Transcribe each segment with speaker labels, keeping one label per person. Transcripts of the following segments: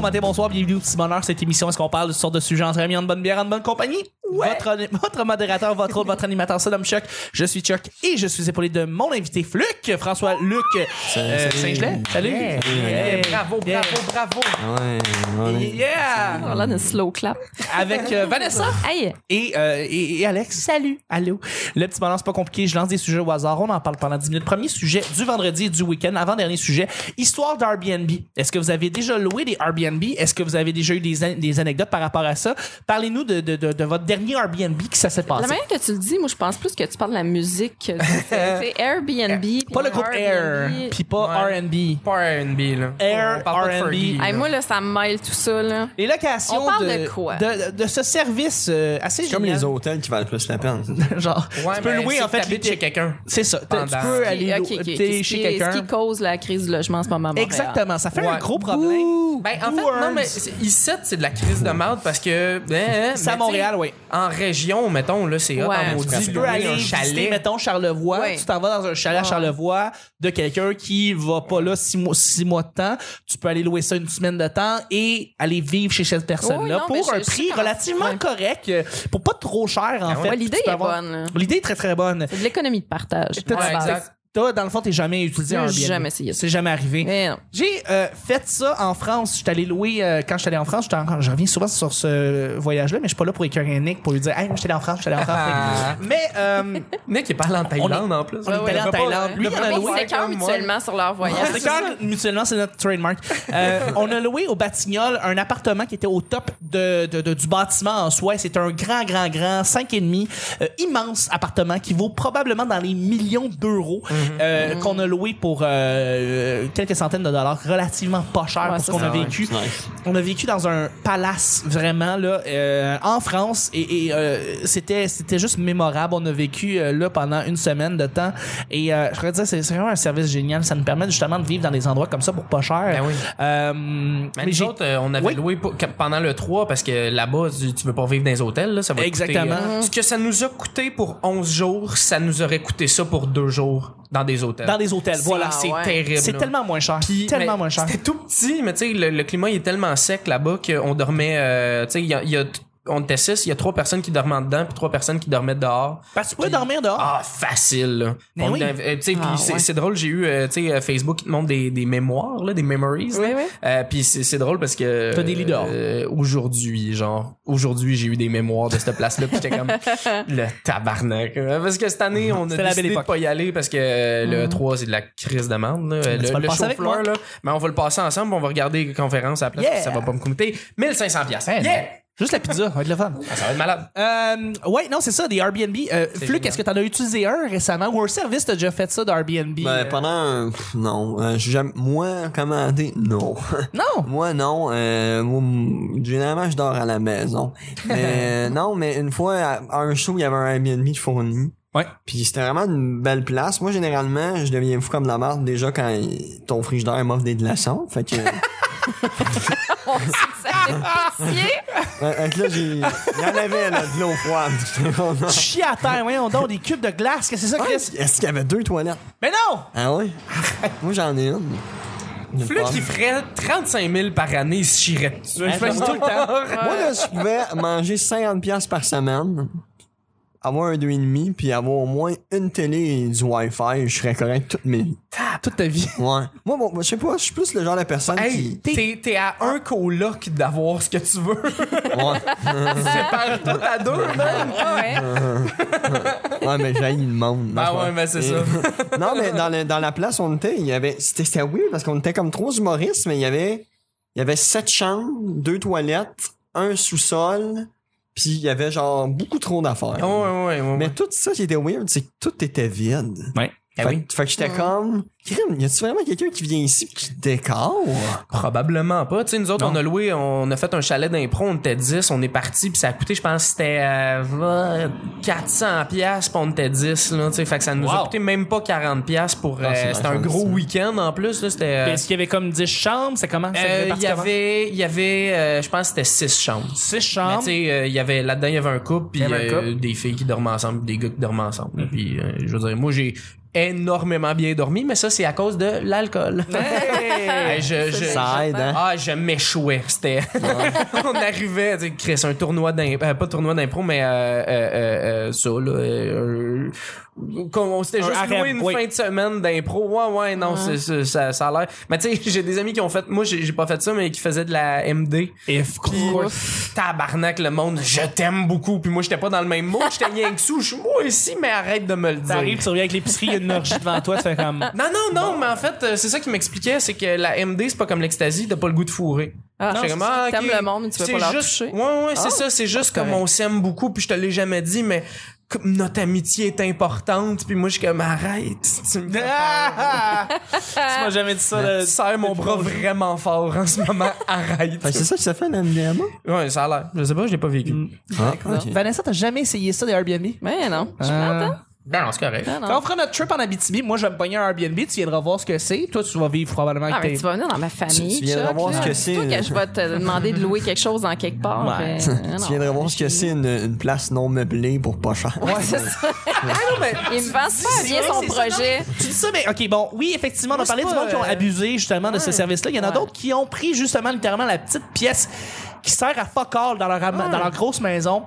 Speaker 1: matin, bonsoir, bienvenue au petit bonheur. Cette émission, est-ce qu'on parle de toutes sortes de sujets entre amis, en bonne bière, en bonne compagnie? Votre, votre modérateur, votre autre, votre animateur, c'est l'homme Chuck. Je suis Chuck et je suis épaulé de mon invité Fluc, François Luc euh, Saint-Gelais. Salut! Yeah.
Speaker 2: Bravo, bravo,
Speaker 1: Yeah.
Speaker 2: bravo.
Speaker 3: Ouais, ouais.
Speaker 1: Yeah!
Speaker 4: Voilà, un slow clap.
Speaker 1: Avec euh, Vanessa
Speaker 4: Hey,
Speaker 1: et, euh, et, et Alex. Salut! Allô! Le petit bonheur, c'est pas compliqué. Je lance des sujets au hasard. On en parle pendant 10 minutes. Premier sujet du vendredi et du week-end. Avant-dernier sujet, histoire d'Airbnb. Est-ce que vous avez déjà loué des Airbnb? Est-ce que vous avez déjà eu des, an- des anecdotes par rapport à ça? Parlez-nous de, de, de, de votre dernier Airbnb, que ça s'est
Speaker 4: la
Speaker 1: passé.
Speaker 4: manière que tu le dis, moi, je pense plus que tu parles de la musique. que tu fais. C'est Airbnb. puis
Speaker 1: Pas le groupe Air,
Speaker 4: Airbnb.
Speaker 1: puis pas
Speaker 2: Ouais.
Speaker 1: R&B.
Speaker 2: Pas Airbnb, là.
Speaker 1: Air,
Speaker 2: On parle pas de
Speaker 1: R&B.
Speaker 2: Fergie, là.
Speaker 4: Hey, moi, là, ça me mêle tout ça, là.
Speaker 1: Les locations
Speaker 4: On parle
Speaker 1: de,
Speaker 4: de quoi?
Speaker 1: de, de ce service euh, assez
Speaker 3: Comme
Speaker 1: génial.
Speaker 3: les hôtels qui valent plus la peine.
Speaker 1: Genre,
Speaker 2: Ouais,
Speaker 1: tu peux
Speaker 2: mais
Speaker 1: louer
Speaker 2: si
Speaker 1: en fait
Speaker 2: t'habites
Speaker 1: les-
Speaker 2: chez quelqu'un.
Speaker 1: C'est ça. Tu- Tu
Speaker 2: Pendant-
Speaker 1: peux aller
Speaker 4: Ok, ok, ok.
Speaker 1: louer-
Speaker 4: Qu'est-ce
Speaker 1: t'es
Speaker 4: qui-
Speaker 1: chez
Speaker 4: Ce
Speaker 1: quelqu'un.
Speaker 4: qui cause la crise du logement en ce moment. à Montréal.
Speaker 1: Exactement, ça fait
Speaker 2: Ouais.
Speaker 1: un gros problème.
Speaker 2: Ben, en fait, non, mais c'est- ici, c'est de la crise de merde parce que. hein, hein,
Speaker 1: C'est à
Speaker 2: mais tu sais,
Speaker 1: Montréal, oui.
Speaker 2: En région, mettons, là, c'est hot
Speaker 4: Ouais.
Speaker 2: en maudit.
Speaker 1: Tu
Speaker 2: louer
Speaker 1: peux aller
Speaker 2: un
Speaker 1: visiter,
Speaker 2: chalet.
Speaker 1: mettons, Charlevoix.
Speaker 4: Ouais.
Speaker 1: Tu t'en vas dans un chalet à
Speaker 4: Ouais.
Speaker 1: Charlevoix de quelqu'un qui va pas là six mois, six mois de temps. Tu peux aller louer ça une semaine de temps et aller vivre chez cette
Speaker 4: Oui,
Speaker 1: personne-là
Speaker 4: non, mais
Speaker 1: pour
Speaker 4: je-
Speaker 1: un
Speaker 4: je
Speaker 1: prix
Speaker 4: pense-
Speaker 1: relativement
Speaker 4: ouais.
Speaker 1: correct, euh, pour pas trop cher, en fait.
Speaker 4: ouais, l'idée
Speaker 1: Tu peux
Speaker 4: est bonne, là.
Speaker 1: L'idée est très, très bonne.
Speaker 4: C'est de l'économie de partage.
Speaker 1: Toi,
Speaker 2: Ouais,
Speaker 1: tu-
Speaker 2: exact.
Speaker 1: toi, dans le fond, t'es jamais utilisé
Speaker 4: J'ai
Speaker 1: un bien.
Speaker 4: jamais essayé ça.
Speaker 1: C'est jamais arrivé.
Speaker 4: Mais non.
Speaker 1: J'ai euh, fait ça en France. Je suis allé louer, euh, quand je suis allé en France, j'étais en- je reviens souvent sur ce voyage-là, mais je suis pas là pour écœurer Nick pour lui dire, hey, moi, je suis allé en France, je suis allé en
Speaker 4: Ah.
Speaker 1: France. mais, euh,
Speaker 2: Nick, il parle en Thaïlande, en plus.
Speaker 1: on est allé en Thaïlande. Lui, il en a
Speaker 4: Mais
Speaker 1: loué.
Speaker 4: Ils s'écœurent
Speaker 2: comme moi.
Speaker 4: mutuellement sur leur voyage.
Speaker 1: C'est quand- mutuellement, c'est notre trademark. Euh, on a loué au Batignolles un appartement qui était au top de, de- de- du bâtiment en soi. C'était un grand, grand, grand, 5,5, euh, immense appartement qui vaut probablement dans les millions d'euros
Speaker 4: Mhm.
Speaker 1: euh, qu'on a loué pour euh, quelques centaines de dollars, relativement pas cher
Speaker 4: Ouais,
Speaker 1: pour ce
Speaker 4: ça,
Speaker 1: qu'on a
Speaker 3: c'est
Speaker 1: vécu.
Speaker 3: nice. Nice.
Speaker 1: On a vécu dans un palace vraiment là euh, en France et, et, euh, c'était c'était juste mémorable. On a vécu euh, là pendant une semaine de temps et euh, je voudrais dire c'est c'est vraiment un service génial. Ça nous permet justement de vivre dans des endroits comme ça pour pas cher.
Speaker 2: Ben oui.
Speaker 1: Euh,
Speaker 2: Mais
Speaker 1: mais
Speaker 2: nous
Speaker 1: j'ai-
Speaker 2: autres, euh, on avait
Speaker 1: Oui.
Speaker 2: loué pour- que- pendant le 3 parce que là-bas, tu, tu peux pas vivre dans les hôtels. Là, ça va te
Speaker 1: Exactement.
Speaker 2: coûter, euh,
Speaker 4: Mhm.
Speaker 2: ce que ça nous a coûté pour 11 jours, ça nous aurait coûté ça pour 2 jours dans des hôtels.
Speaker 1: dans des hôtels, voilà.
Speaker 2: euh, C'est
Speaker 4: Ah ouais.
Speaker 2: terrible.
Speaker 1: C'est
Speaker 2: là.
Speaker 1: tellement moins cher.
Speaker 2: Puis,
Speaker 1: tellement
Speaker 2: mais
Speaker 1: moins cher.
Speaker 2: C'était tout petit, mais tu sais, le, le climat il est tellement sec là-bas qu'on dormait. euh, tu sais, il y a- il y a- on était six, il y a trois personnes qui dormaient en dedans, puis trois personnes qui dormaient dehors.
Speaker 1: Parce que tu peux dormir dehors.
Speaker 2: Ah, facile, là.
Speaker 1: Mais
Speaker 2: On
Speaker 1: oui.
Speaker 2: avait- euh, tu sais,
Speaker 4: Ah,
Speaker 2: puis c'est
Speaker 4: ouais.
Speaker 2: c'est drôle, j'ai eu, euh, tu sais, euh, Facebook qui te montre des, des mémoires, là, des memories. là.
Speaker 4: Oui, oui.
Speaker 2: Euh, puis c'est c'est drôle parce que.
Speaker 1: T'as des lits dehors.
Speaker 2: euh, aujourd'hui, genre, aujourd'hui, j'ai eu des mémoires de cette place-là, puis j'étais comme le tabarnak. Euh, Parce que cette année, on a
Speaker 1: C'était la belle
Speaker 2: décidé de
Speaker 1: époque. Mm.
Speaker 2: pas y aller parce que euh, le 3, c'est de la crise de merde, là.
Speaker 1: tu vas
Speaker 2: Le,
Speaker 1: le
Speaker 2: le
Speaker 1: passer avec
Speaker 2: show-floor,
Speaker 1: moi.
Speaker 2: là. Mais on va le passer ensemble, on va regarder les conférences à la place,
Speaker 1: Yeah. Eh,
Speaker 2: puis ça va pas me coûter 1500$. piastres. Yeah!
Speaker 1: Juste la pizza, ça va être le fun.
Speaker 2: Ah, Ça va être malade.
Speaker 1: Euh, ouais, non, c'est ça, des Airbnb. Euh, Fluc,
Speaker 2: génial.
Speaker 1: est-ce que t'en as utilisé un récemment ou un service t'as déjà fait ça Euh, d'Airbnb?
Speaker 3: Ben, pendant un- pff, non, euh, j'ai jamais- moi commandé non.
Speaker 1: Non!
Speaker 3: moi non, euh, moi, m- généralement je dors à la maison. Mais, non, mais une fois à, à un show, il y avait un Airbnb de fourni.
Speaker 1: Ouais.
Speaker 3: Puis c'était vraiment une belle place. Moi généralement, je deviens fou comme la marde déjà quand il- ton frigidaire m'offre des glaçons. Fait que
Speaker 4: On sait que ça fait pitié.
Speaker 3: Euh, fait que là j'ai il y en avait là, de l'eau froide.
Speaker 1: Tu chies à terre, voyons donc, des cubes de glace, qu'est-ce que c'est ça, Chris?
Speaker 3: Est-ce qu'il y avait deux toilettes
Speaker 1: Mais non!
Speaker 3: Ah ouais? Moi, j'en ai une. Une
Speaker 2: Flux
Speaker 3: femme.
Speaker 2: qui ferait 35 000 par année, il se chierait dessus.
Speaker 1: Je fais Ben, ça tout le temps.
Speaker 3: Moi, là, je pouvais manger 50$ par semaine, avoir un 2,5, puis avoir au moins une télé et du Wi-Fi, je serais correct toute mes vies.
Speaker 1: Toute ta vie.
Speaker 3: Ouais. Moi, bon, je sais pas, je suis plus le genre de personne
Speaker 2: Hey,
Speaker 3: qui.
Speaker 2: t'es Ah. t'es à un coloc d'avoir ce que tu veux.
Speaker 3: Ouais,
Speaker 2: Ah. Sépare-toi à deux, même.
Speaker 4: Ouais.
Speaker 3: ouais mais j'ai le monde.
Speaker 2: Ah ouais, mais c'est ça.
Speaker 3: non, mais dans, le- dans la place où on était, il y avait. C'était c'était weird parce qu'on était comme trois humoristes, mais il y avait. Il y avait sept chambres, deux toilettes, un sous-sol, puis il y avait genre beaucoup trop d'affaires.
Speaker 2: Ah Ouais, ouais, ouais. ouais.
Speaker 3: Mais tout ça qui était weird, c'est que tout était vide.
Speaker 1: Ouais.
Speaker 2: Ah
Speaker 3: fait,
Speaker 2: oui.
Speaker 3: fait que j'étais comme, Crime, y a-tu vraiment quelqu'un qui vient ici pis qui décore?
Speaker 2: Probablement pas. Tu sais, nous autres,
Speaker 1: Non.
Speaker 2: on a loué, on a fait un chalet d'impro, on était 10, on est parti, puis ça a coûté, je pense, c'était euh, va, 400 pièces puis on était 10, là, tu sais. Fait que ça nous
Speaker 1: Wow.
Speaker 2: a coûté même pas 40 pièces pour... euh,
Speaker 3: c'est
Speaker 2: c'était un
Speaker 3: nice,
Speaker 2: gros
Speaker 3: ça.
Speaker 2: week-end, en plus, là, c'était... euh,
Speaker 1: Est-ce qu'il y avait comme 10 chambres? C'est comment? Ça
Speaker 2: euh,
Speaker 1: devait
Speaker 2: Il y
Speaker 1: partir comment?
Speaker 2: avait, il y avait euh, je pense que c'était 6 chambres.
Speaker 1: 6
Speaker 2: Mais
Speaker 1: chambres.
Speaker 2: tu sais, euh, il y avait là-dedans, il y avait un couple, puis
Speaker 1: Il y avait un
Speaker 2: euh,
Speaker 1: couple. Mm-hmm.
Speaker 2: des filles qui dormaient ensemble, puis des gars qui dormaient ensemble. Puis euh, je veux dire, moi j'ai énormément bien dormi, mais ça c'est à cause de l'alcool. Hey, je, je-
Speaker 3: Ça aide, hein?
Speaker 2: Ah, je m'échouais. C'était. on arrivait, tu sais, Chris, un tournoi d'impro. pas tournoi d'impro, mais euh, euh, euh, euh, ça, là. euh, euh, qu'on- on s'était
Speaker 1: Un
Speaker 2: juste
Speaker 1: harem,
Speaker 2: loué une
Speaker 1: oui.
Speaker 2: fin de semaine d'impro. Ouais, ouais, non, c'est- c'est- ça, ça a l'air. Mais tu sais, j'ai des amis qui ont fait. Moi, j'ai j'ai pas fait ça, mais qui faisaient de la MD.
Speaker 1: If
Speaker 2: Puis, tabarnak, le monde, je t'aime beaucoup. Puis moi, j'étais pas dans le même mot, j'étais rien que sous. Je suis moi aussi, mais arrête de me le dire.
Speaker 1: T'arrives, tu reviens avec l'épicerie, il y a une orgie devant toi, tu fais comme.
Speaker 2: Non, non, non, mais en fait, euh, c'est ça qui m'expliquait, c'est que la MD, c'est pas comme l'ecstasy, t'as pas le goût de fourrer.
Speaker 4: Ah,
Speaker 2: J'étais
Speaker 4: non,
Speaker 2: comme,
Speaker 4: c'est ça.
Speaker 2: ah,
Speaker 4: T'aimes
Speaker 2: ok.
Speaker 4: le monde, mais tu veux
Speaker 2: C'est
Speaker 4: pas leur
Speaker 2: juste-
Speaker 4: toucher.
Speaker 2: Ouais, ouais, c'est
Speaker 4: Ah,
Speaker 2: ça, c'est juste comme
Speaker 4: correct.
Speaker 2: on s'aime beaucoup, puis je te l'ai jamais dit, mais comme notre amitié est importante, puis moi, je suis comme, arrête, tu me fais
Speaker 1: Ah! tu m'as jamais dit ça.
Speaker 2: peur.
Speaker 1: là.
Speaker 2: serre mon bras vraiment fort en ce moment, arrête.
Speaker 3: Fait que c'est ça que ça fait, la MDMA?
Speaker 2: Ouais, ça a l'air. Je sais pas, je l'ai pas vécu.
Speaker 4: Mm.
Speaker 3: Ah, ok.
Speaker 1: Vanessa, t'as jamais essayé ça des Airbnb?
Speaker 4: Mais non. Je
Speaker 1: Euh,
Speaker 4: m'entends.
Speaker 2: Ben, Non, non, c'est correct.
Speaker 4: Non, non.
Speaker 1: Quand on fera notre trip en Abitibi, moi je vais me pogner un Airbnb, tu viendras voir ce que c'est. Toi, tu vas vivre probablement
Speaker 4: Ah,
Speaker 1: avec
Speaker 4: mais
Speaker 1: tes-
Speaker 4: tu vas venir dans ma famille.
Speaker 3: Tu- tu viendras
Speaker 4: Chuck,
Speaker 3: voir
Speaker 4: là.
Speaker 3: ce que
Speaker 4: Dis-toi
Speaker 3: c'est.
Speaker 4: que je vais te demander de louer quelque chose en quelque part.
Speaker 1: Ouais.
Speaker 4: puis, euh, non.
Speaker 3: Tu viendrais voir ce que c'est une, une place non meublée pour pas cher.
Speaker 4: C'est ça. Ah Il me vend pas bien
Speaker 1: vrai que
Speaker 4: son
Speaker 1: c'est ça, non?
Speaker 4: projet.
Speaker 1: Tu dis ça, mais OK, bon, oui, effectivement, on a
Speaker 2: c'est
Speaker 1: parlé du
Speaker 2: pas,
Speaker 1: monde qui ont
Speaker 2: euh,
Speaker 1: abusé justement de ce service-là. Il y en a
Speaker 4: Ouais.
Speaker 1: d'autres qui ont pris justement littéralement la petite pièce qui sert à fuck all dans leur, am- dans leur grosse maison.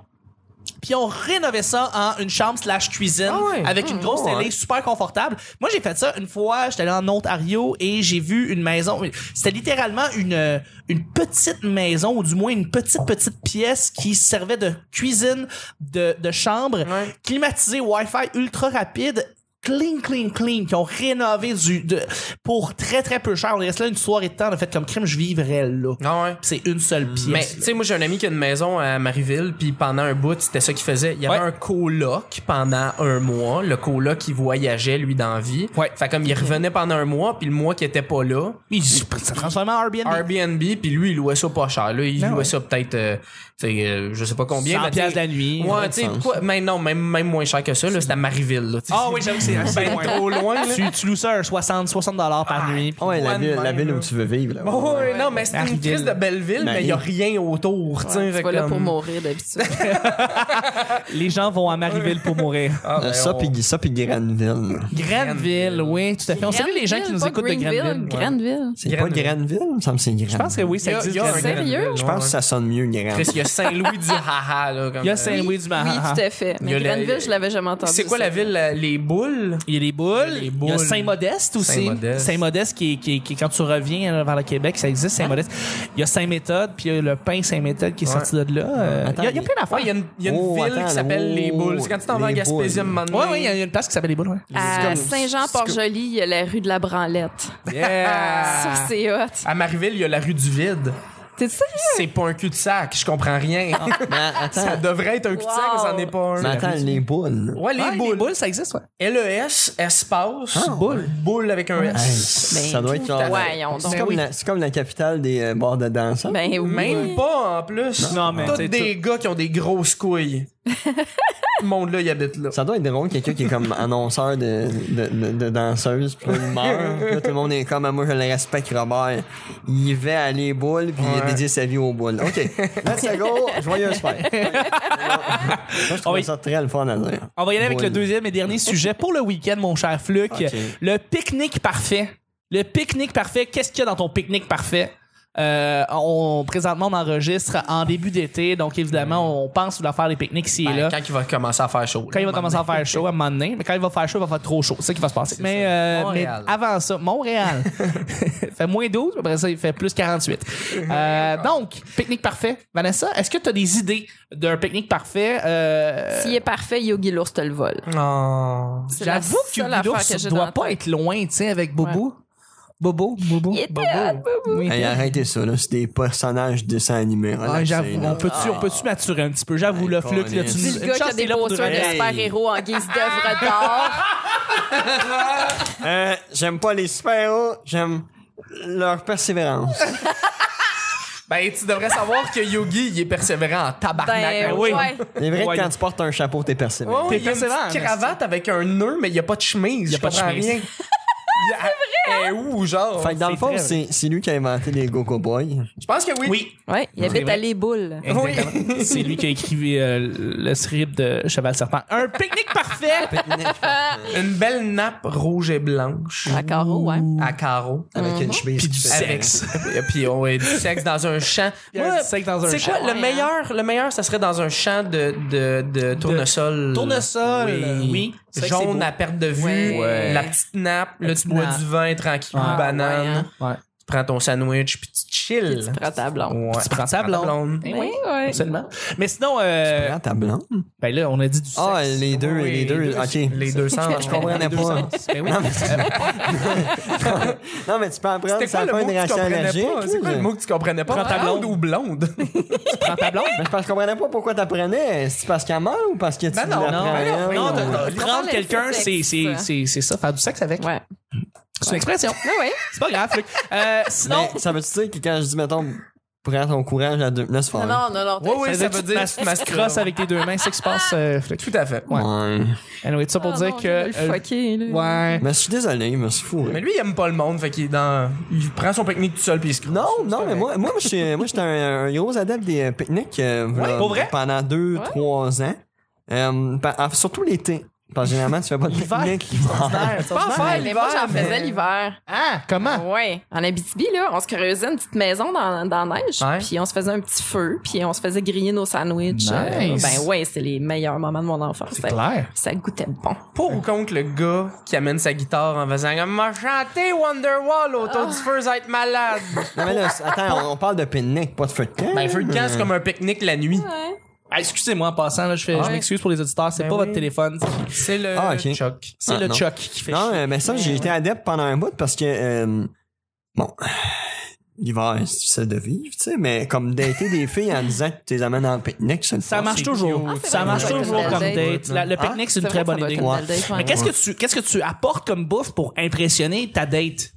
Speaker 1: Puis ils ont rénové ça en une chambre slash cuisine
Speaker 2: Ah ouais.
Speaker 1: avec une grosse
Speaker 3: Ah
Speaker 1: télé
Speaker 3: ouais.
Speaker 1: super confortable. Moi, j'ai fait ça une fois. J'étais allé en Ontario et j'ai vu une maison. C'était littéralement une, euh, une petite maison ou du moins une petite, petite pièce qui servait de cuisine, de, de chambre,
Speaker 2: Ouais.
Speaker 1: climatisée, Wi-Fi ultra rapide. Clean, clean, clean, qui ont rénové du, de- pour très, très peu cher. On est resté là une soirée de temps, on a fait comme crime, je vivrais là.
Speaker 2: Ah ouais.
Speaker 1: C'est une seule pièce.
Speaker 2: Mais tu sais, moi j'ai un ami qui a une maison à Marieville, puis pendant un bout, c'était ça qu'il faisait. Il y avait
Speaker 1: Ouais.
Speaker 2: un coloc pendant un mois. Le coloc qui voyageait lui dans la vie.
Speaker 1: Ouais.
Speaker 2: Fait comme il revenait pendant un mois, puis le mois qui était pas là,
Speaker 1: Mais ça transforme en Airbnb.
Speaker 2: Airbnb, puis lui il louait ça pas cher. Là, il
Speaker 1: Ah
Speaker 2: louait
Speaker 1: ouais.
Speaker 2: ça peut-être, euh, tu sais, euh, je sais pas combien.
Speaker 1: 100
Speaker 2: mais tu sais,
Speaker 1: piastres la nuit.
Speaker 2: Ouais, tu sais,
Speaker 3: sens.
Speaker 2: quoi- mais non, même même moins cher que ça. Là, c'était à Marieville. là, tu sais.
Speaker 1: Ah oui, j'avoue que c'est assez loin.
Speaker 2: trop loin. Là.
Speaker 1: tu, tu loues ça un 60, 60 dollars par nuit. puis-
Speaker 3: Ah ouais, la
Speaker 2: One
Speaker 3: ville, la
Speaker 2: man,
Speaker 3: ville
Speaker 2: là.
Speaker 3: où tu veux vivre. Là.
Speaker 2: Oh, ouais, non, mais c'est une
Speaker 1: Marieville.
Speaker 2: crise de belle ville, mais il y a rien autour. tu sais,
Speaker 4: Tu
Speaker 2: fait
Speaker 4: vas là
Speaker 2: comme-
Speaker 4: pour mourir d'habitude.
Speaker 1: Les gens vont à Marieville pour mourir.
Speaker 2: Ah, ben,
Speaker 3: Euh, ça,
Speaker 2: on-
Speaker 3: puis ça, puis Granville.
Speaker 1: Granville, oui, tout à fait. On salue les gens qui nous
Speaker 4: pas
Speaker 1: écoutent de
Speaker 4: Greenville,
Speaker 1: Granville. Ouais.
Speaker 4: Granville.
Speaker 3: C'est pas
Speaker 2: Granville.
Speaker 3: Granville? Il me semble que c'est Granville.
Speaker 1: Je pense que oui,
Speaker 2: Il
Speaker 1: ça
Speaker 2: y a- il
Speaker 1: existe.
Speaker 2: y a un
Speaker 1: Granville.
Speaker 4: Sérieux?
Speaker 2: Granville,
Speaker 3: Je pense que
Speaker 2: ouais.
Speaker 3: ça sonne mieux, Granville.
Speaker 2: Chris, il y a Saint-Louis du haha, là. Comme
Speaker 1: Il y a
Speaker 2: euh,
Speaker 1: Saint-Louis du
Speaker 4: Oui,
Speaker 1: Marin.
Speaker 4: tout à fait.
Speaker 2: Il y a
Speaker 4: Mais
Speaker 2: la-
Speaker 4: Granville, je l'avais jamais entendu.
Speaker 2: C'est quoi
Speaker 4: ça.
Speaker 2: la ville, la- les boules?
Speaker 1: Il y a les boules.
Speaker 2: Il y a les
Speaker 1: Il y a
Speaker 2: boules.
Speaker 1: Saint-Modeste aussi.
Speaker 2: Saint-Modeste.
Speaker 1: Saint-Modeste, qui, est- qui, est- qui est- quand tu reviens euh, vers le Québec, ça existe, Saint-Modeste. Il y a Saint-Méthode, puis il y a le pain Saint-Méthode qui est
Speaker 2: Ouais.
Speaker 1: sorti de là. Euh,
Speaker 3: Attends,
Speaker 1: il, y a, il y a plein
Speaker 2: Ouais, il y a
Speaker 1: d'affaires.
Speaker 2: une, il y a une
Speaker 3: Oh,
Speaker 2: ville
Speaker 3: attends,
Speaker 2: qui s'appelle
Speaker 3: oh,
Speaker 2: les boules. C'est quand tu t'en vas à
Speaker 3: les
Speaker 2: Gaspésium,
Speaker 3: boules.
Speaker 2: maintenant.
Speaker 1: Ouais, ouais, il y a une place qui s'appelle les boules, ouais.
Speaker 4: À
Speaker 3: comme-
Speaker 4: Saint-Jean-Port-Joli, il y a la rue de la Branlette. Ça,
Speaker 2: Yeah!
Speaker 4: c'est hot.
Speaker 2: À Marieville, il y a la rue du vide.
Speaker 4: T'es sérieux?
Speaker 2: C'est pas un cul-de-sac, je comprends rien.
Speaker 3: Mais attends,
Speaker 2: ça devrait être un cul-de-sac,
Speaker 4: Wow.
Speaker 2: mais ça n'est pas un.
Speaker 3: mais attends, les boules.
Speaker 2: Ouais, les
Speaker 1: Ouais,
Speaker 2: boules.
Speaker 1: Ah, ça existe, ouais.
Speaker 2: LES, espace,
Speaker 3: Ah,
Speaker 2: boule. Boule avec un
Speaker 3: Hey,
Speaker 2: S.
Speaker 3: ça
Speaker 4: Ben,
Speaker 3: doit être
Speaker 4: tout
Speaker 3: genre.
Speaker 4: à- voyons
Speaker 3: c'est
Speaker 4: donc.
Speaker 3: comme,
Speaker 4: Oui.
Speaker 3: la, c'est comme la capitale des euh, bars de danse. hein?
Speaker 4: Ben oui.
Speaker 2: Même pas en plus.
Speaker 1: Non, mais
Speaker 2: Tous
Speaker 1: t'sais,
Speaker 2: des gars qui ont des grosses couilles. Le monde-là, il habite là.
Speaker 3: Ça doit être drôle, quelqu'un qui est comme annonceur de, de, de, de danseuse, puis là, il meurt. Puis là, tout le monde est comme, Ah, moi je le respecte, Robert. Il va à les boules, puis il a
Speaker 2: Ouais.
Speaker 3: dédié sa vie aux boules. OK, let's go, joyeuse fête. Moi, je
Speaker 1: Oh,
Speaker 3: trouve
Speaker 1: oui. Ah,
Speaker 3: ça très le fun à dire.
Speaker 1: On va y aller avec
Speaker 3: Boule.
Speaker 1: le deuxième et dernier sujet pour le week-end, mon cher Fluc.
Speaker 3: Ok.
Speaker 1: Le pique-nique parfait. Le pique-nique parfait, qu'est-ce qu'il y a dans ton pique-nique parfait? Euh, on, présentement, on enregistre en début d'été, donc évidemment, on pense vouloir faire des pique-niques ici et
Speaker 2: Ben,
Speaker 1: là.
Speaker 2: Quand il va commencer à faire chaud.
Speaker 1: Quand
Speaker 2: là,
Speaker 1: il va
Speaker 2: à un moment
Speaker 1: commencer à faire chaud à un moment donné, mais quand il va faire chaud, il va faire trop chaud. C'est ça qui va se passer. Mais,
Speaker 2: ça.
Speaker 1: euh,
Speaker 2: Montréal.
Speaker 1: mais avant ça, Montréal fait moins 12, après ça, il fait plus 48. Euh, donc, pique-nique parfait. Vanessa, est-ce que tu as des idées d'un pique-nique parfait? Euh,
Speaker 4: S'il est parfait, Yogi Lours te le vole.
Speaker 2: Oh.
Speaker 4: C'est la
Speaker 1: J'avoue que
Speaker 4: seule
Speaker 1: Yogi
Speaker 4: affaire que
Speaker 1: Lours
Speaker 4: j'ai dans
Speaker 1: doit
Speaker 4: la
Speaker 1: pas
Speaker 4: tête.
Speaker 1: être loin, tu sais, avec Bobo. Bobo, Bobo.
Speaker 4: Il était
Speaker 1: Bobo.
Speaker 4: hot, Bobo.
Speaker 1: Oui.
Speaker 3: Hey, arrêtez ça, là, c'est des personnages de dessins animés.
Speaker 1: Ah,
Speaker 3: Relaxez,
Speaker 1: j'avoue,
Speaker 3: là.
Speaker 1: on peut-tu on peut-tu maturer un petit peu? J'avoue, le
Speaker 3: Hey,
Speaker 1: flux, là, tu
Speaker 3: Colin.
Speaker 1: nous-
Speaker 4: Dis
Speaker 1: une
Speaker 4: le gars qui a
Speaker 1: chance, t'es
Speaker 4: des
Speaker 1: là pour
Speaker 4: postures
Speaker 1: durer.
Speaker 4: de
Speaker 3: vrai.
Speaker 4: super-héros en guise d'œuvre d'art.
Speaker 3: Euh, j'aime pas les super-héros, j'aime leur persévérance.
Speaker 2: Ben, tu devrais savoir que Yogi, il est persévérant en tabarnak.
Speaker 4: Ben,
Speaker 2: Ben,
Speaker 1: oui.
Speaker 4: ouais.
Speaker 3: C'est vrai
Speaker 1: Ouais.
Speaker 3: que quand tu portes un chapeau, t'es
Speaker 2: Ouais,
Speaker 3: persévérant.
Speaker 2: ouais,
Speaker 1: T'es
Speaker 2: il y a une
Speaker 1: persévérant,
Speaker 2: petite cravate avec un nœud, mais il n'y a pas de chemise.
Speaker 1: Il y a
Speaker 2: je
Speaker 1: pas de
Speaker 2: comprends
Speaker 1: chemise.
Speaker 2: rien. C'est vrai! hein? est où, genre?
Speaker 3: Fait que dans le
Speaker 1: C'est
Speaker 3: fond,
Speaker 1: très-
Speaker 3: c'est c'est lui qui a inventé les Go-Go Boys.
Speaker 2: Je pense que oui.
Speaker 1: Oui,
Speaker 4: Ouais, il
Speaker 1: C'est
Speaker 4: habite
Speaker 1: vrai.
Speaker 4: à les boules.
Speaker 1: exactement. c'est lui qui a écrit euh, le script de Cheval Serpent. Un pique-nique parfait!
Speaker 2: Une belle nappe rouge et blanche.
Speaker 4: À carreaux, ouais.
Speaker 2: À carreaux.
Speaker 3: Avec une chemise.
Speaker 1: Puis du
Speaker 3: qui fait-
Speaker 1: sel.
Speaker 2: Avec, et puis on est du sexe dans un champ.
Speaker 1: Il y a
Speaker 2: Moi,
Speaker 1: du sexe dans un
Speaker 2: C'est
Speaker 1: champ.
Speaker 2: quoi
Speaker 4: Ouais,
Speaker 2: le
Speaker 4: hein.
Speaker 2: meilleur Le meilleur, ça serait dans un champ de, de, de tournesol.
Speaker 1: Tournesol, oui. C'est vrai que c'est
Speaker 2: Jaune
Speaker 1: beau.
Speaker 2: à perte de vue.
Speaker 4: Ouais.
Speaker 2: La petite nappe. Là, tu
Speaker 1: petite
Speaker 2: bois
Speaker 1: nappe.
Speaker 2: du vin tranquille,
Speaker 4: Ah,
Speaker 2: banane.
Speaker 4: ouais, hein.
Speaker 1: Ouais.
Speaker 2: Tu prends ton sandwich, puis tu chill.
Speaker 4: Tu prends ta blonde.
Speaker 2: Ouais.
Speaker 1: Tu prends ta blonde.
Speaker 4: Eh Oui, oui.
Speaker 1: Seulement. Mais sinon, euh,
Speaker 3: Ah, ta blonde?
Speaker 1: ben là, on a dit du sexe.
Speaker 3: Ah, les deux,
Speaker 2: Oui,
Speaker 3: les deux, ok.
Speaker 2: Les deux sens.
Speaker 3: Je comprenais pas.
Speaker 1: Ben oui.
Speaker 3: Non, mais tu peux apprendre,
Speaker 2: C'était quoi
Speaker 3: ça
Speaker 2: le
Speaker 3: fait
Speaker 2: mot
Speaker 3: une
Speaker 2: que tu
Speaker 3: réaction
Speaker 2: comprenais
Speaker 3: allergique.
Speaker 2: pas? C'est quoi le mot que tu comprenais pas?
Speaker 1: Prends ta
Speaker 2: Blonde
Speaker 1: blonde.
Speaker 2: ou blonde?
Speaker 1: tu prends ta blonde?
Speaker 3: Mais je pense que je comprenais pas pourquoi t'apprenais. C'est parce qu'elle meurt ou parce que tu
Speaker 2: Ben non,
Speaker 3: la
Speaker 2: non,
Speaker 3: prends,
Speaker 2: ben non,
Speaker 3: hein,
Speaker 2: ben
Speaker 1: Non,
Speaker 3: ou-
Speaker 1: de-
Speaker 2: non.
Speaker 1: de- prendre quelqu'un, c'est c'est- c'est- c'est ça, faire du sexe avec.
Speaker 4: Ouais. Ah
Speaker 1: C'est une expression.
Speaker 4: Oui, oui.
Speaker 1: C'est pas grave. Luc. Euh, sinon,
Speaker 3: Mais ça veut-tu dire que quand je dis, mettons, prends ton courage à deux. Laisse faire.
Speaker 4: Non, non, non.
Speaker 2: Oui, oui, ça veut dire
Speaker 1: tu te mascrosses avec tes deux mains. C'est ce qui se passe.
Speaker 4: Ah!
Speaker 1: euh, Flic.
Speaker 2: Tout à fait.
Speaker 3: Ouais.
Speaker 1: Anyway, tout ça pour dire que.
Speaker 4: Le
Speaker 1: euh,
Speaker 4: fucké, là.
Speaker 1: ouais.
Speaker 3: Mais je suis désolé, je me suis fou.
Speaker 2: Mais lui, il aime pas le monde, fait qu'il est dans. Il prend son pique-nique tout seul, puis il se crosse.
Speaker 3: Non, non, mais moi, moi, je suis- moi, j'étais un, un gros adepte des euh, pique-niques euh, voilà,
Speaker 1: pour vrai?
Speaker 3: pendant deux,
Speaker 4: Ouais.
Speaker 3: trois ans. Euh, pa- ah, surtout l'été. Parce que généralement, tu fais pas de
Speaker 1: L'hiver,
Speaker 3: pique-nique.
Speaker 4: Pas
Speaker 1: Ouais.
Speaker 4: faire, mais moi, j'en
Speaker 2: mais-
Speaker 4: faisais l'hiver.
Speaker 1: Ah, comment?
Speaker 4: Ouais. En Abitibi, là, on se creusait une petite maison dans, dans la neige,
Speaker 2: Ouais.
Speaker 4: puis on se faisait un petit feu, puis on se faisait griller nos sandwichs. Euh,
Speaker 1: Nice.
Speaker 4: ben ouais, c'est les meilleurs moments de mon enfance.
Speaker 1: C'est
Speaker 4: Ça-
Speaker 1: clair.
Speaker 4: Ça goûtait bon.
Speaker 2: Pour ou contre le gars qui amène sa guitare en faisant comme m'a chanté Wonderwall autour du feu, ça va être malade.
Speaker 3: Non, mais là, c- attends, on, on parle de pique-nique, pas de feu de camp.
Speaker 2: ben, feu de camp, c'est comme un pique-nique la nuit.
Speaker 4: Ouais.
Speaker 1: Ah, Excusez-moi en passant, là, je, fais- je
Speaker 2: Ouais.
Speaker 1: m'excuse pour les auditeurs, c'est
Speaker 2: Ben
Speaker 1: pas
Speaker 2: oui.
Speaker 1: votre téléphone.
Speaker 2: C'est le
Speaker 3: Ah, ok.
Speaker 2: choc.
Speaker 1: C'est
Speaker 3: Ah,
Speaker 1: le
Speaker 3: non.
Speaker 1: choc qui fait
Speaker 3: Non,
Speaker 1: chier.
Speaker 3: euh, mais ça, j'ai été adepte pendant un bout parce que, euh, bon, l'hiver, c'est difficile de vivre, tu sais, mais comme dater des filles en disant que tu les amènes en pique-nique, c'est le
Speaker 1: Ça
Speaker 3: fun.
Speaker 1: marche toujours.
Speaker 4: Ah, c'est
Speaker 1: ça
Speaker 4: vrai,
Speaker 1: marche
Speaker 4: ça va être
Speaker 1: toujours
Speaker 4: une
Speaker 1: comme
Speaker 4: belle date.
Speaker 1: date. La- le pique-nique, c'est une
Speaker 4: vrai
Speaker 1: très
Speaker 4: que ça
Speaker 1: bonne
Speaker 4: doit être
Speaker 1: idée.
Speaker 4: une
Speaker 3: Ouais.
Speaker 4: belle date, ouais.
Speaker 1: Mais qu'est-ce que tu qu'est-ce que tu apportes comme bouffe pour impressionner ta date?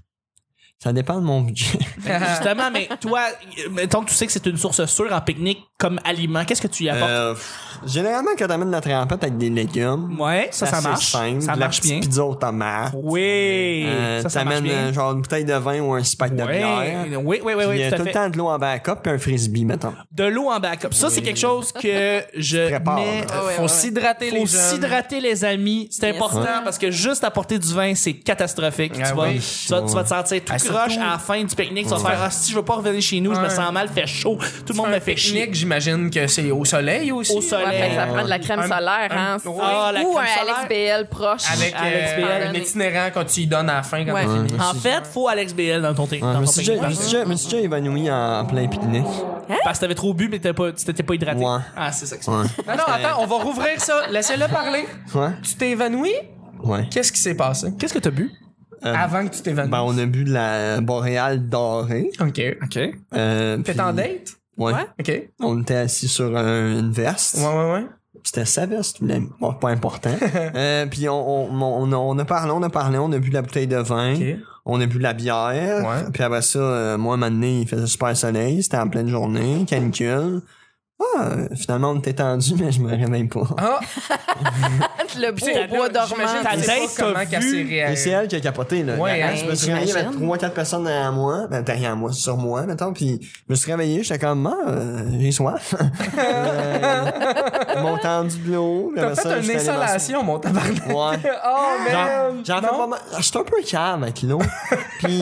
Speaker 3: Ça dépend de mon budget.
Speaker 1: Justement, mais toi, euh, mettons que tu sais que c'est une source sûre en pique-nique comme aliment, qu'est-ce que tu y apportes?
Speaker 3: Euh, pff, généralement, quand t'amènes la trempette avec des légumes,
Speaker 1: ouais, ça, ça
Speaker 3: assez
Speaker 1: marche.
Speaker 3: simple,
Speaker 1: ça
Speaker 3: de la
Speaker 1: marche
Speaker 3: petite
Speaker 1: bien.
Speaker 3: pizza aux tomates.
Speaker 1: Oui,
Speaker 3: Euh,
Speaker 1: ça, ça marche
Speaker 3: t'amènes
Speaker 1: bien.
Speaker 3: euh, genre une bouteille de vin ou un spike de bière.
Speaker 1: Oui, oui, oui, oui,
Speaker 3: Puis, euh,
Speaker 1: tout à
Speaker 3: tout
Speaker 1: fait.
Speaker 3: le temps de l'eau en backup puis un frisbee, mettons.
Speaker 1: De l'eau en backup. Ça, c'est quelque chose que je
Speaker 3: Prépare.
Speaker 1: mets.
Speaker 4: Ah ouais,
Speaker 2: Faut
Speaker 4: ouais, ouais.
Speaker 2: s'hydrater les
Speaker 1: Faut
Speaker 2: jeunes.
Speaker 1: s'hydrater, les amis. C'est
Speaker 4: Yes.
Speaker 1: important
Speaker 4: Ouais.
Speaker 1: parce que juste apporter du vin, c'est catastrophique.
Speaker 2: Ah
Speaker 1: tu, vas,
Speaker 2: oui.
Speaker 1: tu, vas, tu vas te sentir tout
Speaker 2: Ah, surtout-
Speaker 1: croche à la fin du pique-nique. Tu vas faire Ah, si je veux pas revenir chez nous, je me
Speaker 2: Ouais.
Speaker 1: sens mal, fait chaud. Tout le monde me
Speaker 2: Un
Speaker 1: fait chier.
Speaker 2: pique-nique, j'imagine que c'est au soleil aussi.
Speaker 1: Au soleil.
Speaker 4: Ouais, fait que ça prend de la crème
Speaker 2: Un-
Speaker 4: solaire,
Speaker 2: un-
Speaker 4: hein.
Speaker 1: Ah, la
Speaker 4: Ou un
Speaker 1: crème solaire.
Speaker 4: Alex BL proche.
Speaker 2: Avec
Speaker 4: Alex
Speaker 2: euh,
Speaker 4: BL.
Speaker 2: un itinérant quand tu y donnes à la fin. Quand
Speaker 4: Ouais.
Speaker 2: t'as fini.
Speaker 1: En fait, faut Alex BL dans ton thé-
Speaker 3: Ah, je
Speaker 1: dans
Speaker 3: me
Speaker 1: ton
Speaker 3: suis déjà- je me suis
Speaker 1: pique-nique.
Speaker 3: déjà- je me suis déjà évanoui en plein pique-nique.
Speaker 1: Parce que t'avais trop bu, mais t'étais pas, tu t'étais pas hydraté.
Speaker 3: Ouais.
Speaker 1: Ah, c'est ça que c'est.
Speaker 3: Ouais.
Speaker 2: Non, non, attends, on va rouvrir ça. Laissez-le parler.
Speaker 3: Ouais.
Speaker 2: Tu t'es évanoui?
Speaker 3: Ouais.
Speaker 2: Qu'est-ce qui s'est passé?
Speaker 1: Qu'est-ce que t'as bu?
Speaker 2: Avant que tu t'évanouisses.
Speaker 3: Euh, Ben, on a bu de la boréale dorée.
Speaker 2: OK. OK.
Speaker 3: Euh,
Speaker 2: T'es
Speaker 3: puis-
Speaker 2: en date?
Speaker 3: Ouais.
Speaker 2: OK. Ouais,
Speaker 3: On était assis sur un- une veste.
Speaker 2: ouais, ouais.
Speaker 3: C'était sa veste, mais bon, pas important. euh, puis on, on, on, on a parlé, on a parlé, on a bu la bouteille de vin,
Speaker 2: OK.
Speaker 3: on a bu la bière.
Speaker 2: Ouais.
Speaker 3: Puis après ça, euh, moi, un moment donné, il faisait super soleil, c'était en pleine journée, canicule. Ah, euh, finalement, on était tendu, mais je me réveille pas.
Speaker 2: Ah!
Speaker 4: Le beau
Speaker 2: Au
Speaker 4: bois dormant.
Speaker 1: Ta
Speaker 2: Ta
Speaker 1: date,
Speaker 2: date,
Speaker 1: t'as
Speaker 2: comment qu'elle
Speaker 1: vu-
Speaker 2: s'est
Speaker 3: Et c'est
Speaker 2: réalisée.
Speaker 3: elle qui a capoté, là.
Speaker 2: Ah, Ouais,
Speaker 3: Quand
Speaker 2: hein,
Speaker 3: je me suis réveillé avec
Speaker 4: j'imagine.
Speaker 3: trois, quatre personnes derrière moi, ben, derrière moi, sur moi, mettons, puis je me suis réveillé, j'étais comme, ah, euh, j'ai soif. euh, ils m'ont tendu de l'eau. puis
Speaker 2: T'as
Speaker 3: après
Speaker 2: fait
Speaker 3: ça,
Speaker 2: une
Speaker 3: j'étais allé dans-
Speaker 2: installation, mon tabarnak.
Speaker 3: Ouais.
Speaker 2: Oh,
Speaker 3: J'en
Speaker 2: man!
Speaker 3: j'en fais
Speaker 2: Non?
Speaker 3: pas mal. Je suis un peu calme avec l'eau. Puis,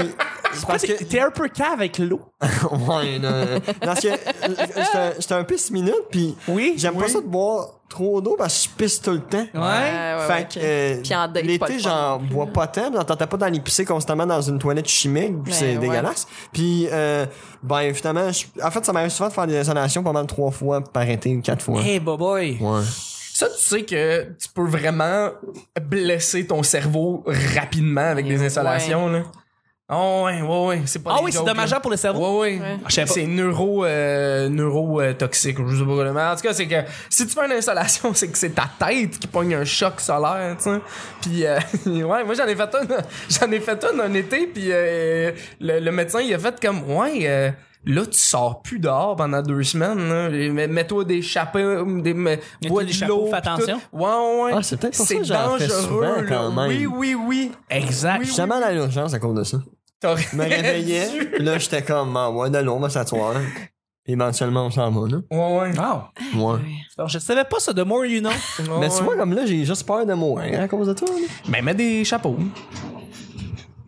Speaker 3: c'est parce que.
Speaker 1: Pourquoi t'es- T'es un peu cas avec l'eau.
Speaker 3: ouais, non. Parce que, euh, j'étais un pisse minute, puis.
Speaker 1: Oui,
Speaker 3: J'aime
Speaker 1: oui.
Speaker 3: pas ça de boire trop d'eau parce que je pisse tout le temps.
Speaker 1: Ouais.
Speaker 4: Ouais, ouais, ouais,
Speaker 3: Fait
Speaker 4: ok.
Speaker 3: que. euh,
Speaker 4: Puis en date, pas
Speaker 3: L'été,
Speaker 4: le fun
Speaker 3: j'en bois pas tant, puis j'en tentais pas d'aller pisser constamment dans une toilette chimique,
Speaker 4: Ben,
Speaker 3: puis c'est
Speaker 4: ouais.
Speaker 3: dégueulasse. Puis, euh, ben, finalement, je- en fait, ça m'arrive souvent de faire des installations pas mal trois fois par été ou quatre fois.
Speaker 1: Hey, Eh, boy.
Speaker 3: Eh Ouais.
Speaker 2: Ça, tu sais que tu peux vraiment blesser ton cerveau rapidement avec des installations, là. Oh, ouais, ouais, ouais. C'est pas
Speaker 1: Ah
Speaker 2: des
Speaker 1: oui, c'est
Speaker 2: jokes, là.
Speaker 1: dommageable pour le cerveau.
Speaker 2: Ouais, ouais.
Speaker 4: Ouais.
Speaker 1: Ah, Je sais pas.
Speaker 2: C'est neuro, euh, neuro euh, toxique, ou je sais pas vraiment. En tout cas, c'est que si tu fais une installation, c'est que c'est ta tête qui pogne un choc solaire, tu sais. Puis, euh, ouais, moi j'en ai fait une, j'en ai fait une un été, puis euh, le, le médecin il a fait comme, ouais. euh, Là, tu sors plus dehors pendant deux semaines. là. Et mets- Mets-toi des chapeaux, des, mais-
Speaker 1: Mets-toi
Speaker 2: bois
Speaker 1: des
Speaker 2: de
Speaker 1: chapeaux,
Speaker 2: l'eau,
Speaker 1: fais
Speaker 2: pis tout.
Speaker 1: attention.
Speaker 2: Ouais, ouais, ouais.
Speaker 3: Ah, c'est peut-être pour ça
Speaker 2: C'est
Speaker 3: que j'en fais souvent,
Speaker 2: dangereux,
Speaker 3: quand
Speaker 2: là.
Speaker 3: même.
Speaker 2: Oui, oui, oui.
Speaker 1: Exact.
Speaker 3: Je suis jamais allé à l'urgence à cause de ça.
Speaker 2: T'aurais
Speaker 3: Je me réveillais,
Speaker 2: dû.
Speaker 3: puis là, j'étais comme, ah, ouais, d'aller, on va s'asseoir. Puis Éventuellement, on s'en va, là.
Speaker 2: Ouais, ouais.
Speaker 1: Wow.
Speaker 3: Ouais.
Speaker 1: Alors, je savais pas ça, de More You Know.
Speaker 3: Mais tu vois, comme là, j'ai juste peur de mourir à cause de toi, là.
Speaker 2: Mais Ben, mets des chapeaux.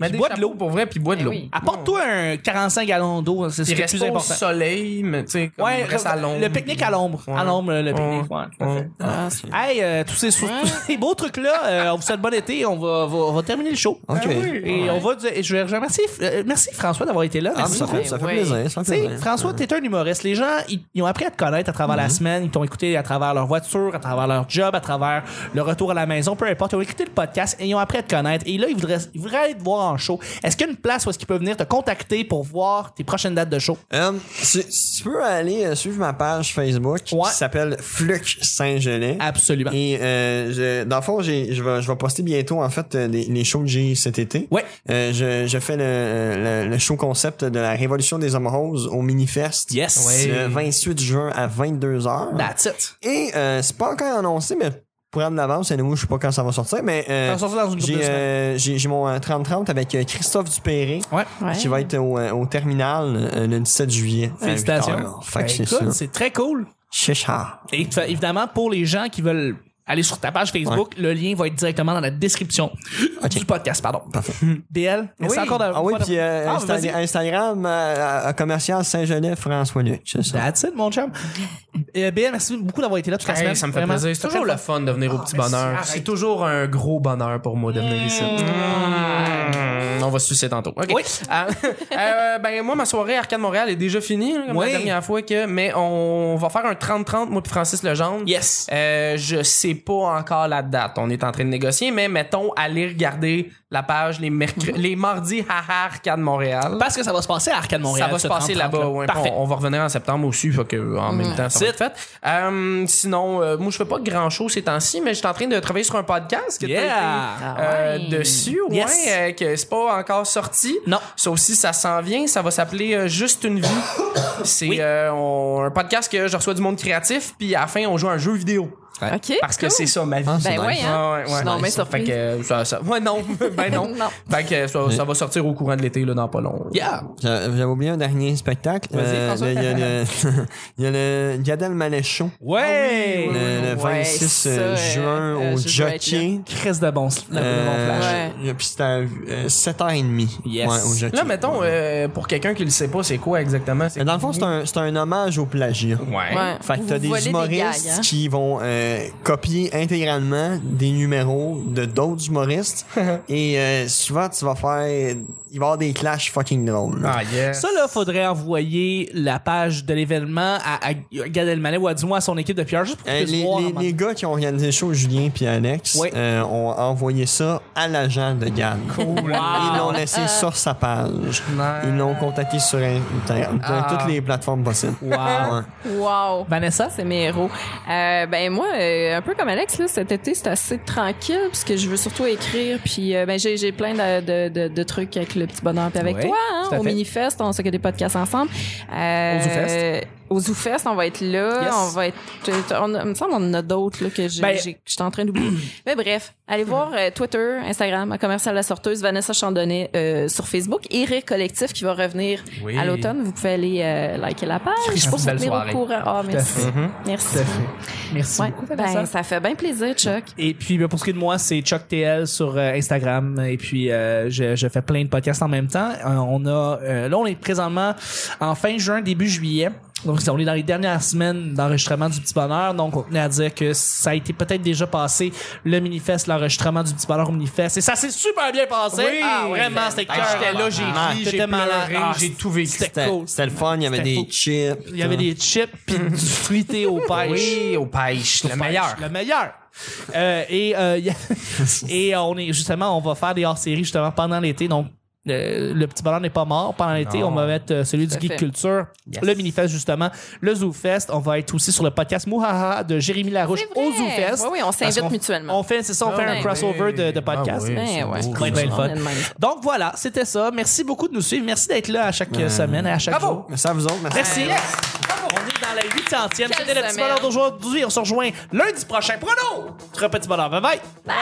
Speaker 2: Mets des
Speaker 1: bois de
Speaker 2: chapeaux pour vrai, puis bois de
Speaker 4: Eh
Speaker 2: l'eau.
Speaker 4: oui.
Speaker 1: Apporte-toi un 45 gallons d'eau, hein, c'est ce qui
Speaker 2: Puis
Speaker 1: est le
Speaker 2: reste
Speaker 1: plus
Speaker 2: pas au
Speaker 1: important.
Speaker 2: soleil, mais tu sais, comme
Speaker 1: Ouais,
Speaker 2: reste à l'ombre.
Speaker 1: le pique-nique à l'ombre.
Speaker 2: Ouais.
Speaker 1: À l'ombre, le pique-nique.
Speaker 2: Ouais.
Speaker 1: ouais, tout à fait.
Speaker 4: Ah, c'est-
Speaker 1: Hey, euh, tous ces, tous ces beaux trucs-là, euh, on vous souhaite bon été. On va, va- on va terminer le show.
Speaker 3: Ok.
Speaker 2: Ah oui.
Speaker 1: Et on va. dire- et je vais remercier. euh, merci François d'avoir été là.
Speaker 3: Ah, mais
Speaker 1: Merci
Speaker 3: ça
Speaker 1: beaucoup.
Speaker 3: fait, ça fait
Speaker 4: Ouais.
Speaker 3: plaisir, ça
Speaker 1: Tu
Speaker 3: fait
Speaker 1: sais,
Speaker 3: plaisir.
Speaker 1: François, t'es un humoriste. Les gens, ils, ils ont appris à te connaître à travers la
Speaker 3: Mm-hmm.
Speaker 1: semaine. Ils t'ont écouté à travers leur voiture, à travers leur job, à travers le retour à la maison, peu importe. Ils ont écouté le podcast et ils ont appris à te connaître. Et là, ils voudraient, ils voudraient te voir en show. Est-ce qu'il y a une place où est-ce qu'ils peuvent venir te contacter pour voir tes prochaines dates de show?
Speaker 3: Euh, si, si tu peux aller euh, suivre ma page Facebook
Speaker 1: Ouais.
Speaker 3: qui s'appelle Fluc Saint-Gelais.
Speaker 1: Absolument.
Speaker 3: Et euh, je- dans le fond, j'ai- je vais, je vais poster bientôt en fait euh, les, les shows que j'ai cet été.
Speaker 1: Ouais.
Speaker 3: Euh, je, je fais le, le, le show concept de la révolution des hommes roses au Minifest.
Speaker 1: Yes.
Speaker 2: Ouais.
Speaker 3: Le 28 juin à 22h.
Speaker 1: That's it.
Speaker 3: Et euh, c'est pas encore annoncé, mais pour prendre de l'avance, et nous, je sais pas quand ça va sortir, mais euh,
Speaker 1: Ça va sortir dans une couple de
Speaker 3: j'ai
Speaker 1: semaines.
Speaker 3: euh, j'ai- j'ai mon euh, 30-30 avec euh, Christophe Dupéré.
Speaker 1: Ouais.
Speaker 4: Ouais.
Speaker 3: Qui va être au, euh, au terminal euh, le 17 juillet. à
Speaker 1: Félicitations. Ben,
Speaker 3: 8 heures. Fait que c'est ça.
Speaker 1: Écoute, c'est très cool.
Speaker 3: Chichard.
Speaker 1: Et tu fais- évidemment, pour les gens qui veulent aller sur ta page Facebook, le lien va être directement dans la description du podcast. Pardon.
Speaker 3: Parfait.
Speaker 1: DL, merci
Speaker 2: Oui.
Speaker 1: encore d'avoir-
Speaker 3: Ah oui,
Speaker 1: d'avoir-
Speaker 3: puis euh,
Speaker 1: Ah,
Speaker 3: Insta-
Speaker 1: vas-y.
Speaker 3: Instagram, euh, euh, commercial Saint-Gelais, François Luc. C'est ça.
Speaker 1: That's it, mon chum. Euh, BL, merci beaucoup d'avoir été là toute la semaine.
Speaker 2: Hey, ça me fait
Speaker 1: Vraiment. Ah,
Speaker 2: plaisir. C'est toujours le fun de venir au petit bonheur. C'est toujours un gros bonheur pour moi de venir ici. Mmh. On va se sucer tantôt. OK.
Speaker 1: Mm. Oui.
Speaker 2: Ah, euh, ben, moi, ma soirée Arcade Montréal est déjà finie, hein, comme
Speaker 1: Oui.
Speaker 2: la dernière fois que. Mais on va faire un 30-30, moi puis Francis Legendre.
Speaker 1: Yes.
Speaker 2: Euh, je sais pas encore la date. On est en train de négocier, mais mettons, allez regarder la page les, mercre-
Speaker 1: Mhm.
Speaker 2: les mardis haha Arcade Montréal.
Speaker 1: Parce que ça va se passer à Arcade Montréal.
Speaker 2: Ça va
Speaker 1: ce
Speaker 2: se passer
Speaker 1: 30-30
Speaker 2: là-bas. ouais.
Speaker 1: Parfait. Mhm.
Speaker 2: Puis On, on va revenir en septembre aussi, fait que en même temps, ça va être fait. Euh, sinon, euh, moi, je fais pas grand chose ces temps-ci, mais je suis en train de travailler sur un podcast que t'as
Speaker 1: Yeah.
Speaker 2: été,
Speaker 4: Ah
Speaker 2: euh,
Speaker 4: ouais.
Speaker 2: dessus, ouais,
Speaker 1: Yes.
Speaker 2: euh, que c'est pas encore sorti.
Speaker 1: Non.
Speaker 2: Ça aussi, ça s'en vient. Ça va s'appeler euh, Juste une vie. C'est euh, on- un podcast que je reçois du monde créatif, puis à la fin, on joue à un jeu vidéo.
Speaker 4: OK.
Speaker 2: Parce que
Speaker 4: cool.
Speaker 2: c'est ça, ma vie.
Speaker 3: Ah,
Speaker 4: Ben
Speaker 3: c'est nice.
Speaker 4: oui, hein.
Speaker 2: Ouais, ouais, ouais.
Speaker 4: Non, mais
Speaker 2: Fait
Speaker 4: surprise.
Speaker 2: que, euh, ça, ça- ouais, non. ben non.
Speaker 4: Non.
Speaker 2: Fait que ça, ça va sortir au courant de l'été, là, dans pas long.
Speaker 1: Yeah.
Speaker 3: J'a- J'avais oublié un dernier spectacle.
Speaker 2: Vas-y,
Speaker 3: Euh,
Speaker 2: François.
Speaker 3: là, Il y a le- il y, a le Gad Elmaleh Show,
Speaker 1: Ouais.
Speaker 3: le, le
Speaker 4: Ouais,
Speaker 3: 26
Speaker 4: ça,
Speaker 3: euh,
Speaker 4: euh,
Speaker 3: juin
Speaker 4: euh,
Speaker 3: au
Speaker 4: je dois être
Speaker 3: Jockey.
Speaker 1: Crise de bon, de bon
Speaker 3: Euh,
Speaker 1: flash.
Speaker 4: flash.
Speaker 3: Puis c'était à euh, 7h30
Speaker 1: Yes.
Speaker 3: ouais, au Jockey.
Speaker 2: Là, mettons, euh, pour quelqu'un qui le sait pas, c'est quoi exactement? C'est
Speaker 3: Mais Dans le fond, c'est un, c'est un hommage au plagiat.
Speaker 2: Ouais.
Speaker 4: Ouais.
Speaker 3: Fait que t'as
Speaker 4: Vous
Speaker 3: des
Speaker 4: volez
Speaker 3: humoristes
Speaker 4: gags, hein.
Speaker 3: qui vont euh, copier intégralement des numéros de d'autres humoristes. et euh, souvent, tu vas faire. Il va y avoir des clashs fucking drôles. là.
Speaker 2: Ah, yeah.
Speaker 1: Ça, là, faudrait envoyer la page de l'événement à, à Gad Elmaleh ou à du moins à son équipe de PR juste pour
Speaker 3: Euh,
Speaker 1: qu'ils puissent
Speaker 3: les,
Speaker 1: voir.
Speaker 3: les-
Speaker 1: en même
Speaker 3: les gars qui ont organisé le show, Julien puis Alex,
Speaker 1: Oui.
Speaker 3: euh, ont envoyé ça à l'agent de Yann.
Speaker 2: Oh,
Speaker 3: Ils l'ont
Speaker 4: Ah.
Speaker 3: laissé sur sa page. Ils l'ont contacté sur Internet, dans
Speaker 2: Ah.
Speaker 3: toutes les plateformes possibles.
Speaker 1: temps. Wow.
Speaker 3: Ouais.
Speaker 4: Wow.
Speaker 1: Vanessa?
Speaker 4: c'est mes héros. Euh, ben moi, euh, un peu comme Alex, là, cet été, c'est assez tranquille puisque je veux surtout écrire. Puis euh, ben j'ai j'ai plein de, de, de, de trucs avec le petit bonheur. Puis avec
Speaker 1: Ouais,
Speaker 4: toi, hein,
Speaker 1: tout à
Speaker 4: au
Speaker 1: fait.
Speaker 4: Minifest, on s'occupe des podcasts ensemble. Euh,
Speaker 1: Au ZooFest.
Speaker 4: Au ZooFest, on va être là.
Speaker 1: Yes.
Speaker 4: On va être. On, il me semble qu'on en a d'autres là, que j'ai-
Speaker 1: Ben-
Speaker 4: j'ai- que j'étais en train d'oublier. Mais bref, allez voir euh, Twitter, Instagram, à Commercial La Sorteuse, Vanessa Chandonnet euh, sur Facebook et Rire Collectif qui va revenir
Speaker 2: Oui.
Speaker 4: à l'automne. Vous pouvez aller euh, liker la page.
Speaker 2: Je sais pas si
Speaker 4: vous
Speaker 2: belle
Speaker 4: tenir au
Speaker 2: soirée.
Speaker 4: courant. Ah, merci. Merci.
Speaker 1: Merci
Speaker 4: Ouais,
Speaker 1: beaucoup, Vanessa.
Speaker 4: ben, ça fait bien plaisir, Chuck.
Speaker 1: Et puis, ben, pour ce qui est de moi, c'est Chuck TL sur euh, Instagram. Et puis, euh, je, je fais plein de podcasts en même temps. Euh, on a, euh, là, on est présentement en fin juin, début juillet. Donc, on est dans les dernières semaines d'enregistrement du Petit Bonheur. Donc, on tenait à dire que ça a été peut-être déjà passé, le Minifest, l'enregistrement du Petit Bonheur au Minifest. Et ça s'est super bien passé.
Speaker 2: Oui.
Speaker 1: Ah, vraiment, c'était
Speaker 2: Ah,
Speaker 1: cœur.
Speaker 2: j'étais là, j'ai
Speaker 1: Ah,
Speaker 2: ri,
Speaker 1: t'étais
Speaker 2: j'ai pleuré,
Speaker 1: malade. Ah,
Speaker 2: j'ai tout vécu.
Speaker 1: C'était
Speaker 3: C'était
Speaker 1: cool.
Speaker 3: c'était le fun, il y avait
Speaker 1: C'était
Speaker 3: des
Speaker 1: fou.
Speaker 3: chips.
Speaker 1: Il y avait des chips puis du fruité aux pêches.
Speaker 2: Oui, au pêche, le
Speaker 1: Pêche,
Speaker 2: meilleur.
Speaker 1: Le meilleur. Euh, et euh, y a- et euh, on est justement, on va faire des hors-séries justement pendant l'été. Donc, euh, le petit bonheur n'est pas mort pendant l'été.
Speaker 2: Non.
Speaker 1: On va mettre euh, celui du
Speaker 4: Tout à
Speaker 1: Geek
Speaker 4: fait.
Speaker 1: Culture,
Speaker 2: Yes.
Speaker 1: le Minifest justement, le Zoo Fest. On va être aussi sur le podcast Mouhaha de Jérémy Larouche
Speaker 4: C'est vrai.
Speaker 1: au Zoo Fest.
Speaker 4: Oui, oui, on
Speaker 1: Parce
Speaker 4: s'invite
Speaker 1: qu'on-
Speaker 4: mutuellement. Ah
Speaker 1: On fait, c'est ça, on fait
Speaker 4: ouais.
Speaker 1: un crossover de, de podcast.
Speaker 2: Ah oui,
Speaker 4: Ben
Speaker 2: c'est
Speaker 4: ouais.
Speaker 2: beau.
Speaker 1: Ça va être bien le
Speaker 4: On
Speaker 1: fun.
Speaker 4: est de même.
Speaker 1: Donc voilà, c'était ça. Merci beaucoup de nous suivre. Merci d'être là à chaque euh, semaine et à chaque
Speaker 2: Bravo.
Speaker 1: jour.
Speaker 3: Merci à vous autres. Merci.
Speaker 1: Merci. On est dans la 800e. C'était le petit
Speaker 4: semaine.
Speaker 1: bonheur d'aujourd'hui. On se rejoint lundi prochain. Prenons! Très petit bonheur. Bye bye!
Speaker 4: Bye!